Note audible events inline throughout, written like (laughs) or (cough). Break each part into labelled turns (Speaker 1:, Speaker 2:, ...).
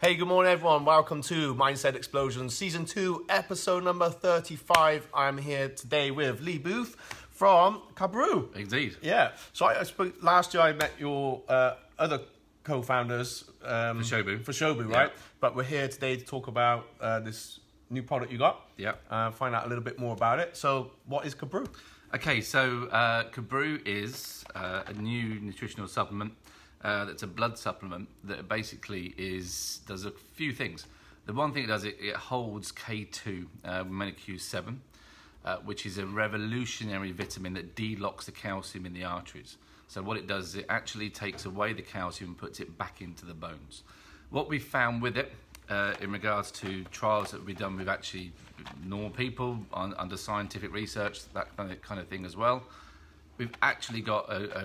Speaker 1: Hey, good morning, everyone. Welcome to Mindset Explosion, Season 2, Episode number 35. I'm here today with Lee Booth from Cabru.
Speaker 2: Indeed.
Speaker 1: Yeah. So I, I spoke last year. I met your uh, other co-founders um,
Speaker 2: For Shobu.
Speaker 1: For Shobu,
Speaker 2: Yeah.
Speaker 1: right? But we're here today to talk about uh, this new product you got.
Speaker 2: Yeah.
Speaker 1: Uh, find out a little bit more about it. So, what is Cabrew?
Speaker 2: Okay, so uh, Cabrew is uh, a new nutritional supplement uh, that's a blood supplement that basically is does a few things. The one thing it does, it, it holds K2, uh, many Q7, uh, which is a revolutionary vitamin that delocks the calcium in the arteries. So what it does is it actually takes away the calcium and puts it back into the bones. What we found with it, uh, in regards to trials that we've done with actually normal people on, under scientific research, that kind of, kind of thing as well, we've actually got a, a,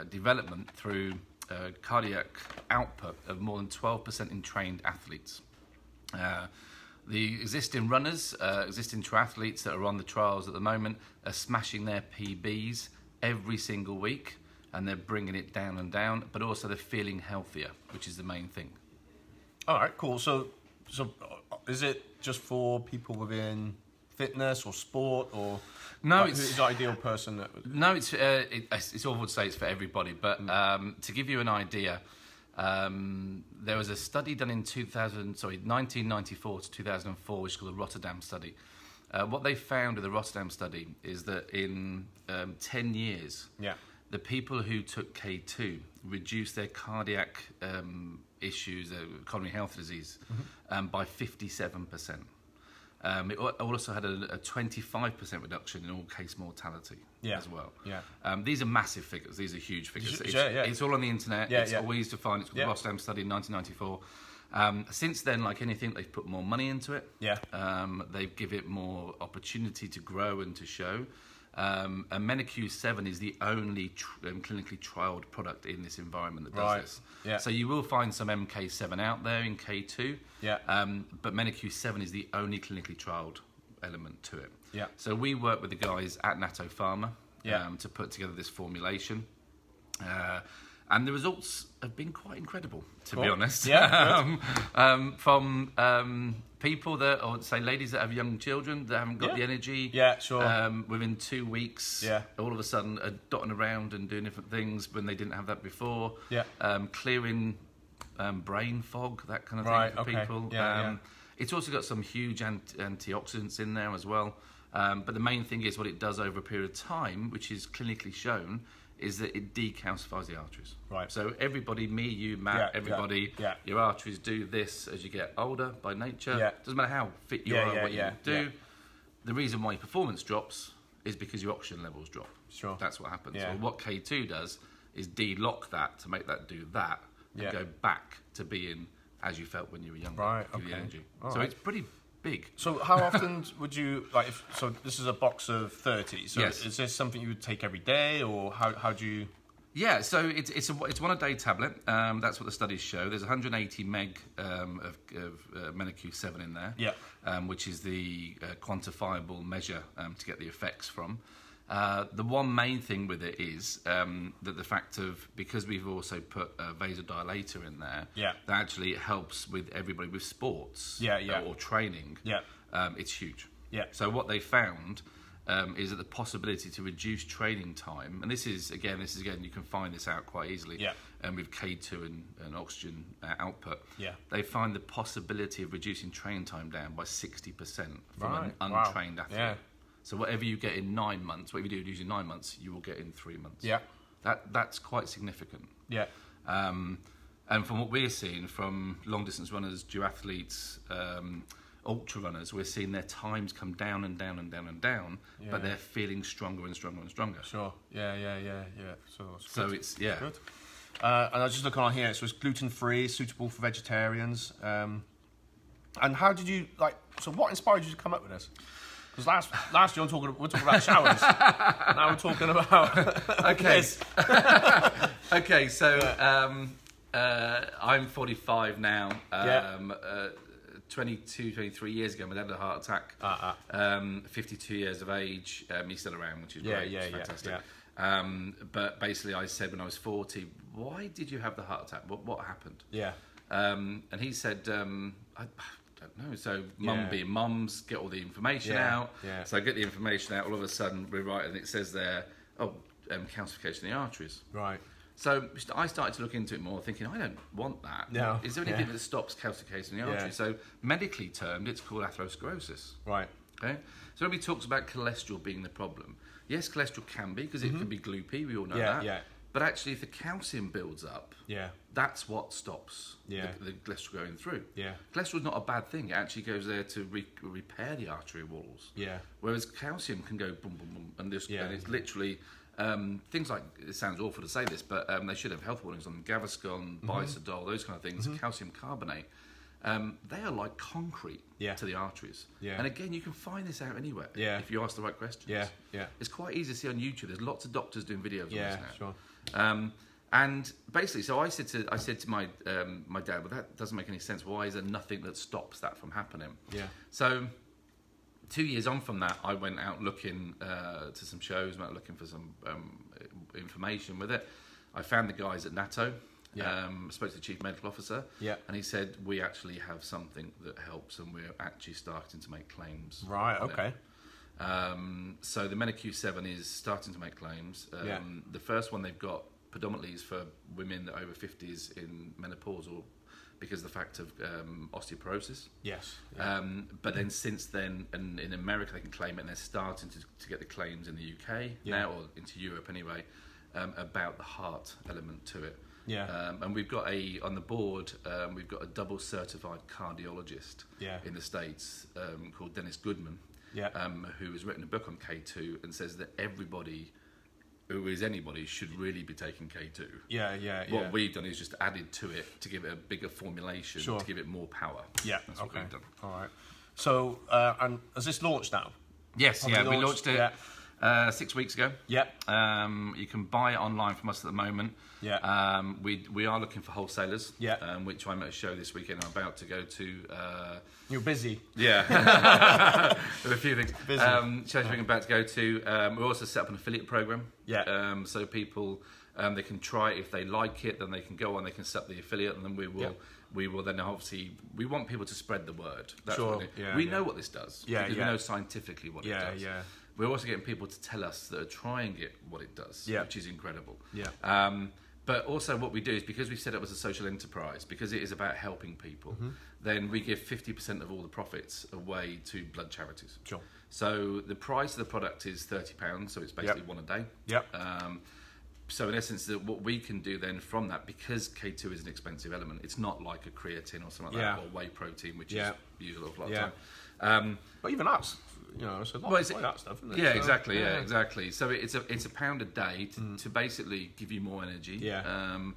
Speaker 2: a development through uh, cardiac output of more than 12% in trained athletes. Uh, the existing runners, uh, existing triathletes that are on the trials at the moment, are smashing their PBs every single week and they're bringing it down and down, but also they're feeling healthier, which is the main thing.
Speaker 1: All right, cool. So, so uh, is it just for people within fitness or sport or
Speaker 2: No,
Speaker 1: like,
Speaker 2: it's-
Speaker 1: who's the ideal person that would
Speaker 2: No, it's uh, it, it's it's awful to say it's for everybody, but um, to give you an idea, um, there was a study done in 2000, sorry, 1994 to 2004, which is called the Rotterdam study. Uh, what they found in the Rotterdam study is that in um, 10 years,
Speaker 1: Yeah.
Speaker 2: the people who took K2 reduced their cardiac um, issues, uh, coronary health disease, um, by 57%. Um, it al- also had a, a 25% reduction in all case mortality
Speaker 1: Yeah.
Speaker 2: as well.
Speaker 1: Yeah.
Speaker 2: Um, these are massive figures. These are huge figures.
Speaker 1: Yeah,
Speaker 2: It's,
Speaker 1: yeah.
Speaker 2: it's all on the internet.
Speaker 1: Yeah,
Speaker 2: it's
Speaker 1: yeah.
Speaker 2: always defined. It's called
Speaker 1: Yeah.
Speaker 2: the Rotterdam study in 1994. Um, since then, like anything, they've put more money into it.
Speaker 1: Yeah.
Speaker 2: Um, they give it more opportunity to grow and to show. Um, and MenaQ7 is the only tr- um, clinically trialed product in this environment that does
Speaker 1: Right.
Speaker 2: this.
Speaker 1: Yeah.
Speaker 2: So you will find some MK7 out there in K2.
Speaker 1: Yeah.
Speaker 2: Um, but MenaQ7 is the only clinically trialed element to it.
Speaker 1: Yeah.
Speaker 2: So we work with the guys at Natto Pharma
Speaker 1: Yeah.
Speaker 2: um, to put together this formulation. Uh, and the results have been quite incredible, to be
Speaker 1: Cool.
Speaker 2: honest. (laughs)
Speaker 1: Yeah,
Speaker 2: um, um, from um, people that, or say ladies that have young children that haven't got
Speaker 1: Yeah.
Speaker 2: the energy.
Speaker 1: Yeah, sure.
Speaker 2: Um, within two weeks,
Speaker 1: Yeah.
Speaker 2: all of a sudden are dotting around and doing different things when they didn't have that before.
Speaker 1: Yeah.
Speaker 2: Um, clearing um, brain fog, that kind of
Speaker 1: Right,
Speaker 2: thing for
Speaker 1: okay.
Speaker 2: people.
Speaker 1: Yeah,
Speaker 2: um, It's also got some huge ant- antioxidants in there as well. Um, but the main thing is what it does over a period of time, which is clinically shown, is that it decalcifies the arteries.
Speaker 1: Right.
Speaker 2: So everybody, me, you, Matt,
Speaker 1: Yeah, yeah,
Speaker 2: everybody,
Speaker 1: yeah.
Speaker 2: your arteries do this as you get older by nature.
Speaker 1: Yeah.
Speaker 2: Doesn't matter how fit you
Speaker 1: Yeah,
Speaker 2: are,
Speaker 1: yeah,
Speaker 2: what
Speaker 1: yeah,
Speaker 2: you do.
Speaker 1: yeah.
Speaker 2: The reason why your performance drops is because your oxygen levels drop.
Speaker 1: Sure.
Speaker 2: That's what happens.
Speaker 1: Yeah.
Speaker 2: Well, what K2 does is de-lock that to make that do that and
Speaker 1: Yeah.
Speaker 2: go back to being as you felt when you were younger.
Speaker 1: Right,
Speaker 2: give you the
Speaker 1: okay.
Speaker 2: energy.
Speaker 1: All
Speaker 2: so
Speaker 1: right.
Speaker 2: it's pretty big.
Speaker 1: So how often (laughs) would you like? If, so this is a box of thirty. So
Speaker 2: Yes.
Speaker 1: is this something you would take every day, or how how do you?
Speaker 2: Yeah, so it's it's a, it's one a day tablet. Um, that's what the studies show. There's 180 meg um, of, of uh, MenoQ7 in there,
Speaker 1: Yeah.
Speaker 2: um, which is the uh, quantifiable measure um, to get the effects from. Uh, the one main thing with it is um, that the fact of because we've also put a vasodilator in there,
Speaker 1: Yeah.
Speaker 2: that actually it helps with everybody with sports, uh,
Speaker 1: Yeah, yeah.
Speaker 2: or, training,
Speaker 1: Yeah.
Speaker 2: um, it's huge.
Speaker 1: Yeah.
Speaker 2: So what they found um, is that the possibility to reduce training time, and this is again, this is again, you can find this out quite easily.
Speaker 1: Yeah.
Speaker 2: And with K two and, and oxygen uh, output.
Speaker 1: Yeah.
Speaker 2: They find the possibility of reducing training time down by sixty percent from an
Speaker 1: Right. Wow.
Speaker 2: untrained athlete.
Speaker 1: Yeah.
Speaker 2: So whatever you get in nine months, whatever you do in nine months, you will get in three months.
Speaker 1: Yeah.
Speaker 2: That that's quite significant.
Speaker 1: Yeah.
Speaker 2: Um, and from what we're seeing from long distance runners, duathletes, um, ultra runners, we're seeing their times come down and down and down and down,
Speaker 1: Yeah.
Speaker 2: but they're feeling stronger and stronger and stronger.
Speaker 1: Sure. Yeah. Yeah. Yeah. Yeah. So. It's
Speaker 2: So
Speaker 1: good.
Speaker 2: it's, yeah.
Speaker 1: good. Uh, and I was just looking on here. So it's gluten free, suitable for vegetarians. Um, and how did you like? So what inspired you to come up with this? Because last last year I'm talking, we're talking about (laughs) showers. now we're talking about (laughs)
Speaker 2: (laughs) Okay.
Speaker 1: this.
Speaker 2: (laughs) okay, so um, uh, I'm 45 now.
Speaker 1: Yeah.
Speaker 2: Um, uh, 22, 23 years ago, my dad had a heart attack.
Speaker 1: Ah,
Speaker 2: Um, 52 years of age. Um, he's still around, which is
Speaker 1: Yeah,
Speaker 2: great.
Speaker 1: yeah,
Speaker 2: it's
Speaker 1: yeah,
Speaker 2: fantastic.
Speaker 1: yeah.
Speaker 2: Um, but basically, I said when I was 40, why did you have the heart attack? What, what happened?
Speaker 1: Yeah.
Speaker 2: Um, and he said, um, I, I don't know. So mum
Speaker 1: Yeah.
Speaker 2: being mums, get all the information
Speaker 1: Yeah,
Speaker 2: out.
Speaker 1: yeah.
Speaker 2: So I get the information out. All of a sudden, we write, and it says there, oh, um, calcification of the arteries.
Speaker 1: Right.
Speaker 2: So I started to look into it more, thinking I don't want that.
Speaker 1: No.
Speaker 2: Is there anything
Speaker 1: Yeah.
Speaker 2: that stops calcification in the
Speaker 1: Yeah.
Speaker 2: artery? So medically termed, it's called atherosclerosis.
Speaker 1: Right.
Speaker 2: Okay. So everybody talks about cholesterol being the problem. Yes, cholesterol can be because it can be gloopy. We all know
Speaker 1: Mm-hmm. Yeah,
Speaker 2: that.
Speaker 1: yeah.
Speaker 2: But actually, if the calcium builds up,
Speaker 1: Yeah.
Speaker 2: that's what stops
Speaker 1: Yeah.
Speaker 2: the, the cholesterol going through.
Speaker 1: Yeah.
Speaker 2: Cholesterol's not a bad thing. It actually goes there to re- repair the artery walls.
Speaker 1: Yeah.
Speaker 2: Whereas calcium can go boom, boom, boom, and, this,
Speaker 1: Yeah.
Speaker 2: and it's literally um, things like it sounds awful to say this, but um, they should have health warnings on Gaviscon,
Speaker 1: Mm-hmm.
Speaker 2: Bisodol, those kind of things, calcium carbonate. Um, they are like concrete
Speaker 1: Yeah.
Speaker 2: to the arteries.
Speaker 1: Yeah.
Speaker 2: And again, you can find this out anywhere
Speaker 1: Yeah.
Speaker 2: if you ask the right questions.
Speaker 1: Yeah. Yeah.
Speaker 2: It's quite easy to see on YouTube. There's lots of doctors doing videos on
Speaker 1: Yeah.
Speaker 2: this now.
Speaker 1: Sure.
Speaker 2: Um, and basically, so I said to I said to my um, my dad, well, that doesn't make any sense. Why is there nothing that stops that from happening?
Speaker 1: Yeah.
Speaker 2: So two years on from that, I went out looking uh, to some shows, went out looking for some um, information with it. I found the guys at NATO.
Speaker 1: Yeah.
Speaker 2: Um, spoke to the chief medical officer,
Speaker 1: Yeah.
Speaker 2: and he said we actually have something that helps, and we're actually starting to make claims.
Speaker 1: Right.
Speaker 2: on it."
Speaker 1: Okay.
Speaker 2: Um, so the MenaQ7 is starting to make claims. Um,
Speaker 1: Yeah.
Speaker 2: The first one they've got predominantly is for women that are over 50s in menopausal because of the fact of um, osteoporosis.
Speaker 1: Yes.
Speaker 2: Um, but then since then, and in America they can claim it, and they're starting to, to get the claims in the UK
Speaker 1: Yeah.
Speaker 2: now, or into Europe anyway, um, about the heart element to it.
Speaker 1: Yeah.
Speaker 2: Um, and we've got a on the board. Um, we've got a double certified cardiologist
Speaker 1: Yeah.
Speaker 2: in the states um, called Dennis Goodman,
Speaker 1: Yeah.
Speaker 2: um, who has written a book on K2 and says that everybody who is anybody should really be taking K2.
Speaker 1: yeah. Yeah. Yeah.
Speaker 2: What we've done is just added to it to give it a bigger formulation
Speaker 1: Sure.
Speaker 2: to give it more power.
Speaker 1: yeah.
Speaker 2: that's what
Speaker 1: Okay.
Speaker 2: we've done.
Speaker 1: All right. So, uh, and has this launched now?
Speaker 2: Yes,
Speaker 1: Probably
Speaker 2: yeah, we
Speaker 1: launched,
Speaker 2: launched it uh, six weeks ago.
Speaker 1: Yep.
Speaker 2: Um, you can buy it online from us at the moment.
Speaker 1: Yeah.
Speaker 2: Um, we we are looking for wholesalers.
Speaker 1: Yeah.
Speaker 2: Um, which I'm at a show this weekend. I'm about to go to. Uh,
Speaker 1: You're busy.
Speaker 2: yeah.
Speaker 1: (laughs)
Speaker 2: There are a few things.
Speaker 1: Busy.
Speaker 2: Um, shows we're about to go to. Um, we also set up an affiliate program.
Speaker 1: Yeah.
Speaker 2: Um, so people um, they can try it. if they like it, then they can go on. They can set up the affiliate, and then we will.
Speaker 1: Yeah.
Speaker 2: We will then obviously we want people to spread the word. That's
Speaker 1: Sure.
Speaker 2: what we, do.
Speaker 1: Yeah,
Speaker 2: we
Speaker 1: yeah.
Speaker 2: know what this does.
Speaker 1: Yeah,
Speaker 2: because
Speaker 1: yeah.
Speaker 2: We know scientifically what
Speaker 1: Yeah,
Speaker 2: it does.
Speaker 1: yeah.
Speaker 2: We're also getting people to tell us that are trying it what it does,
Speaker 1: Yeah.
Speaker 2: which is incredible.
Speaker 1: Yeah.
Speaker 2: Um, but also, what we do is because we've set up as a social enterprise, because it is about helping people,
Speaker 1: Mm-hmm.
Speaker 2: then we give 50% of all the profits away to blood charities.
Speaker 1: Sure.
Speaker 2: So the price of the product is £30, so it's basically
Speaker 1: Yep.
Speaker 2: one a day.
Speaker 1: Yep.
Speaker 2: Um, so in essence, that what we can do then from that, because K2 is an expensive element, it's not like a creatine or something like
Speaker 1: Yeah.
Speaker 2: that, or whey protein, which
Speaker 1: Yeah.
Speaker 2: is used a lot of
Speaker 1: Yeah.
Speaker 2: time. Um,
Speaker 1: But even that's, you know, it's a lot
Speaker 2: Well,
Speaker 1: of
Speaker 2: it's-
Speaker 1: that stuff, isn't it?
Speaker 2: yeah,
Speaker 1: So,
Speaker 2: exactly. Yeah, exactly. So it- it's a it's a pound a day to, to basically give you more energy.
Speaker 1: Mm. Yeah.
Speaker 2: Um,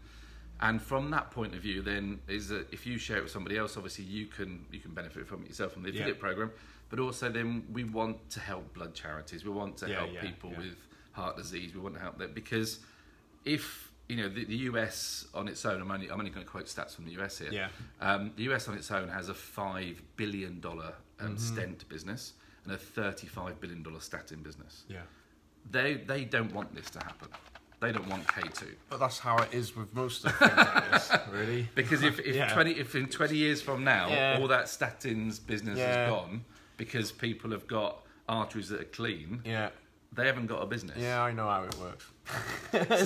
Speaker 2: and from that point of view, then is that if you share it with somebody else, obviously you can you can benefit from it yourself from the
Speaker 1: Yeah.
Speaker 2: affiliate program. But also, then we want to help blood charities. We want to
Speaker 1: Yeah,
Speaker 2: help
Speaker 1: yeah,
Speaker 2: people
Speaker 1: yeah.
Speaker 2: with heart disease. We want to help them because if you know the, the US on its own, I'm only I'm only going to quote stats from the US here.
Speaker 1: Yeah.
Speaker 2: Um, the US on its own has a $5 billion dollar,
Speaker 1: Mm-hmm.
Speaker 2: um, stent business and a $35 billion dollar statin business.
Speaker 1: Yeah.
Speaker 2: They, they don't want this to happen. They don't want K2.
Speaker 1: But that's how it is with most of the things like
Speaker 2: (laughs)
Speaker 1: this, really.
Speaker 2: Because if,
Speaker 1: (laughs)
Speaker 2: if,
Speaker 1: Yeah.
Speaker 2: 20, if in 20 years from now,
Speaker 1: Yeah.
Speaker 2: all that statins business
Speaker 1: Yeah.
Speaker 2: is gone because people have got arteries that are clean,
Speaker 1: Yeah.
Speaker 2: they haven't got a business.
Speaker 1: Yeah, I know how it works.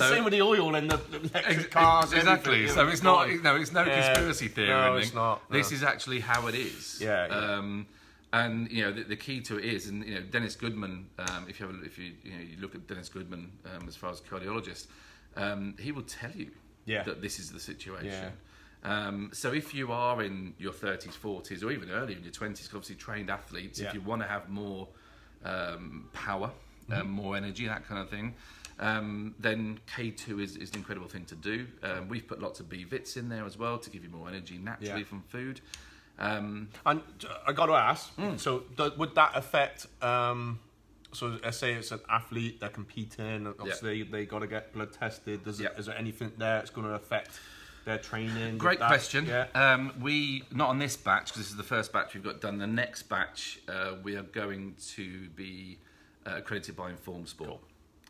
Speaker 1: (laughs) Same with the oil and the the
Speaker 2: Ex-
Speaker 1: electric cars.
Speaker 2: exactly.
Speaker 1: everything,
Speaker 2: So
Speaker 1: yeah,
Speaker 2: it's not.
Speaker 1: gone.
Speaker 2: No, it's no
Speaker 1: Yeah.
Speaker 2: conspiracy theory.
Speaker 1: No,
Speaker 2: or anything.
Speaker 1: it's not,
Speaker 2: This
Speaker 1: no.
Speaker 2: is actually how it is.
Speaker 1: Yeah, yeah.
Speaker 2: Um, and you know the, the key to it is, and you know Dennis Goodman. Um, if you have, a, if you you, know, you look at Dennis Goodman um, as far as cardiologist, um, he will tell you
Speaker 1: Yeah.
Speaker 2: that this is the situation.
Speaker 1: Yeah.
Speaker 2: Um, so if you are in your 30s, 40s, or even earlier in your 20s, 'cause obviously trained athletes,
Speaker 1: Yeah.
Speaker 2: if you want to have more um, power, um,
Speaker 1: Mm-hmm.
Speaker 2: more energy, that kind of thing, um, then K2 is, is an incredible thing to do. Um, we've put lots of BVITs in there as well to give you more energy naturally
Speaker 1: Yeah.
Speaker 2: from food. Um,
Speaker 1: And uh, I got to ask. So do, would that affect? Um, so let's say it's an athlete they're competing. Obviously, they got to get blood tested. Does
Speaker 2: Yeah.
Speaker 1: it, is there anything there that's going to affect their training?
Speaker 2: Great
Speaker 1: That-
Speaker 2: question.
Speaker 1: Yeah.
Speaker 2: Um, we not on this batch because this is the first batch we've got done. The next batch uh, we are going to be uh, accredited by Inform Sport.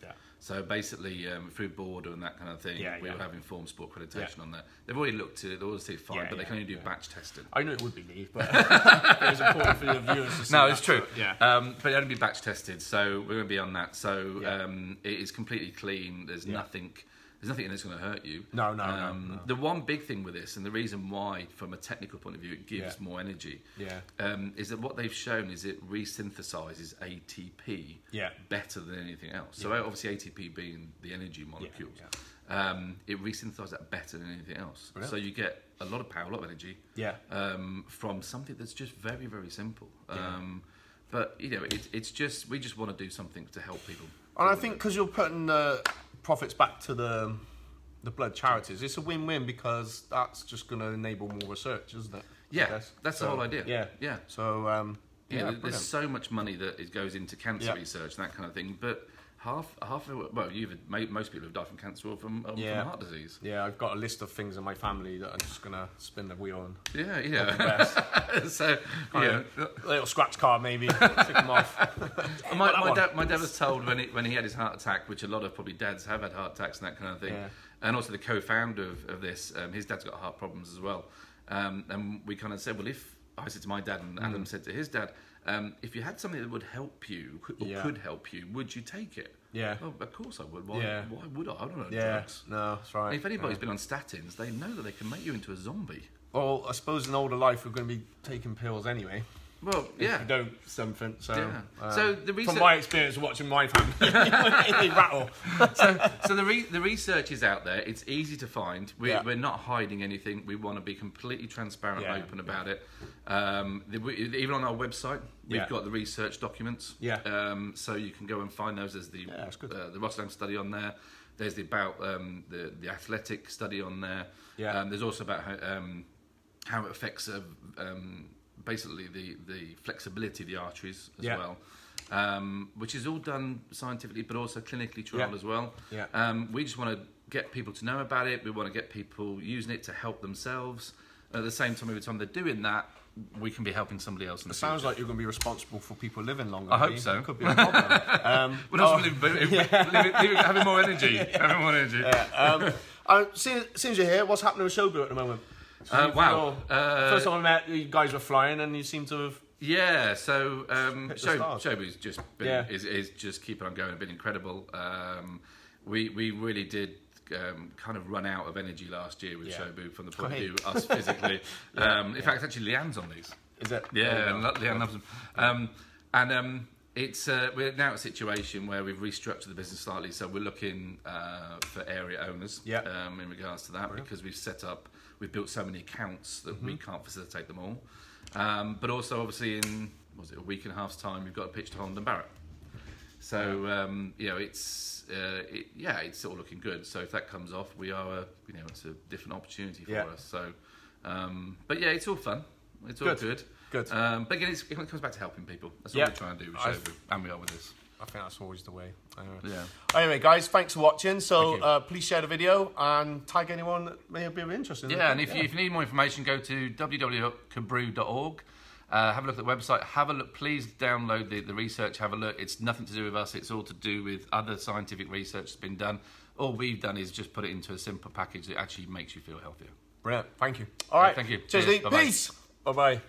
Speaker 1: yeah.
Speaker 2: So basically, um, through border and that kind of thing,
Speaker 1: Yeah,
Speaker 2: we
Speaker 1: yeah.
Speaker 2: were having form sport accreditation on there. They've already looked at it, they already say fine,
Speaker 1: Yeah,
Speaker 2: but they
Speaker 1: yeah,
Speaker 2: can only do
Speaker 1: yeah.
Speaker 2: batch testing.
Speaker 1: I knew it would be me,
Speaker 2: (laughs)
Speaker 1: but (laughs) it was important for the viewers to see
Speaker 2: No,
Speaker 1: that.
Speaker 2: it's true.
Speaker 1: Yeah.
Speaker 2: Um, but it'll only be batch tested, so we're going to be on that. So
Speaker 1: Yeah.
Speaker 2: um, it is completely clean. There's nothing. There's nothing in it's going to hurt you. Um,
Speaker 1: No, no, no, no.
Speaker 2: The one big thing with this, and the reason why, from a technical point of view, it gives
Speaker 1: Yeah.
Speaker 2: more energy,
Speaker 1: Yeah.
Speaker 2: um, is that what they've shown is it resynthesizes ATP
Speaker 1: Yeah.
Speaker 2: better than anything else. So obviously ATP being the energy molecule, Um, it resynthesizes that better than anything else.
Speaker 1: Brilliant.
Speaker 2: So you get a lot of power, a lot of energy
Speaker 1: Yeah.
Speaker 2: um, from something that's just very, very simple.
Speaker 1: Yeah.
Speaker 2: Um, but you know, it, it's just we just want to do something to help people.
Speaker 1: And I think because you're putting the profits back to the the blood charities, it's a win-win because that's just going to enable more research, isn't it? I
Speaker 2: Yeah,
Speaker 1: guess.
Speaker 2: that's the
Speaker 1: So,
Speaker 2: whole idea.
Speaker 1: Yeah.
Speaker 2: yeah,
Speaker 1: So um,
Speaker 2: yeah.
Speaker 1: yeah,
Speaker 2: there- there's
Speaker 1: brilliant.
Speaker 2: so much money that it goes into cancer
Speaker 1: Yeah.
Speaker 2: research and that kind of thing, but. Half, half of it, well, you've mo- most people have died from cancer or from, um,
Speaker 1: Yeah.
Speaker 2: from heart disease.
Speaker 1: yeah, I've got a list of things in my family that I'm just going to spin the wheel
Speaker 2: (laughs)
Speaker 1: on.
Speaker 2: Yeah, yeah.
Speaker 1: Best.
Speaker 2: (laughs) so, you
Speaker 1: Yeah.
Speaker 2: know,
Speaker 1: A little scratch card
Speaker 2: (laughs)
Speaker 1: maybe. Tick 'em (laughs) off.
Speaker 2: my,
Speaker 1: that
Speaker 2: my,
Speaker 1: one.
Speaker 2: dad, my dad was told when he, when he had his heart attack, which a lot of probably dads have had heart attacks and that kind of thing,
Speaker 1: Yeah.
Speaker 2: and also the co-founder of, of this, um, his dad's got heart problems as well, um, and we kind of said, well, if I said to my dad and
Speaker 1: Mm.
Speaker 2: Adam said to his dad, um, if you had something that would help you or
Speaker 1: Yeah.
Speaker 2: could help you, would you take it?
Speaker 1: Yeah.
Speaker 2: Well, of course I would. Why,
Speaker 1: Yeah.
Speaker 2: why would I? I don't know
Speaker 1: Yeah.
Speaker 2: drugs.
Speaker 1: No, that's right.
Speaker 2: And if
Speaker 1: Yeah.
Speaker 2: anybody's been on statins, they know that they can make you into a zombie.
Speaker 1: Well, I suppose in older life we're going to be taking pills anyway.
Speaker 2: Well, yeah.
Speaker 1: If you don't something. So,
Speaker 2: Yeah.
Speaker 1: um,
Speaker 2: So the research-
Speaker 1: from my experience watching my family, (laughs) they
Speaker 2: (laughs)
Speaker 1: rattle.
Speaker 2: so the re- the research is out there. It's easy to find. We're,
Speaker 1: Yeah.
Speaker 2: we're not hiding anything. We want to be completely transparent,
Speaker 1: Yeah,
Speaker 2: and open about it. Um, the, we, even on our website, we've
Speaker 1: Yeah.
Speaker 2: got the research documents.
Speaker 1: Yeah.
Speaker 2: Um, so you can go and find those. There's the
Speaker 1: that's good.
Speaker 2: Uh, the Rotterdam study on there. There's the about um, the the athletic study on there.
Speaker 1: Yeah.
Speaker 2: Um, there's also about how, um, how it affects uh, um, basically the the flexibility of the arteries as
Speaker 1: Yeah.
Speaker 2: well. Um, which is all done scientifically, but also clinically trial
Speaker 1: Yeah.
Speaker 2: as well.
Speaker 1: Yeah.
Speaker 2: Um, we just want to get people to know about it. We want to get people using it to help themselves. At the same time, every time they're doing that, we can be helping somebody else. In the
Speaker 1: Sounds
Speaker 2: future.
Speaker 1: like you're going to be responsible for people living longer.
Speaker 2: I hope
Speaker 1: maybe.
Speaker 2: so.
Speaker 1: Could be a problem.
Speaker 2: (laughs)
Speaker 1: um,
Speaker 2: But also leave- leave-
Speaker 1: (laughs)
Speaker 2: leave- leave- having more energy. Having more energy.
Speaker 1: um, (laughs) uh, since, since you're here, what's happening with Shobu at the moment?
Speaker 2: Uh, wow.
Speaker 1: You're-
Speaker 2: Uh,
Speaker 1: First time I met, you guys were flying, and you seem to have.
Speaker 2: Yeah, so um,
Speaker 1: Hit the
Speaker 2: Shob-
Speaker 1: stars.
Speaker 2: Shobu's just been,
Speaker 1: Yeah.
Speaker 2: is, is just keeping on going, been incredible. Um, we we really did um, kind of run out of energy last year with
Speaker 1: Yeah.
Speaker 2: Shobu from the point of
Speaker 1: Great.
Speaker 2: view of
Speaker 1: (laughs)
Speaker 2: us physically. um, in fact, actually, Leanne's on these.
Speaker 1: Is it?
Speaker 2: Yeah,
Speaker 1: there
Speaker 2: and
Speaker 1: you
Speaker 2: lo-
Speaker 1: go.
Speaker 2: Leanne loves them. Um, and um, it's uh, we're now at a situation where we've restructured the business slightly, so we're looking uh, for area owners
Speaker 1: Yeah.
Speaker 2: um, in regards to that because we've set up, we've built so many accounts that we
Speaker 1: Mm-hmm.
Speaker 2: can't facilitate them all. Um, but also, obviously, in what was it a week and a half's time, we've got a pitch to Holland and Barrett. So um, you know, it's uh, it, yeah, it's all looking good. So if that comes off, we are a, you know it's a different opportunity for
Speaker 1: Yeah.
Speaker 2: us. So, um, but yeah, it's all fun. It's all
Speaker 1: Good.
Speaker 2: good.
Speaker 1: Good.
Speaker 2: Um, but again, it's, it comes back to helping people. That's all
Speaker 1: Yeah.
Speaker 2: we're trying to do with
Speaker 1: I've-
Speaker 2: Shobu, and we are with this.
Speaker 1: I think that's always the way. Anyway.
Speaker 2: Yeah.
Speaker 1: Anyway, guys, thanks for watching. So
Speaker 2: Thank you.
Speaker 1: uh, please share the video and tag anyone that may be interested. in
Speaker 2: Yeah,
Speaker 1: it.
Speaker 2: and if, You, if you need more information, go to E www.cabrew.org. Uh, have a look at the website. Have a look. Please download the, the research. Have a look. It's nothing to do with us. It's all to do with other scientific research that's been done. All we've done is just put it into a simple package that actually makes you feel healthier.
Speaker 1: Brilliant. Thank you. All right.
Speaker 2: Thank you.
Speaker 1: Cheers,
Speaker 2: Cheers.
Speaker 1: Lee.
Speaker 2: Bye-bye.
Speaker 1: Peace. Bye bye.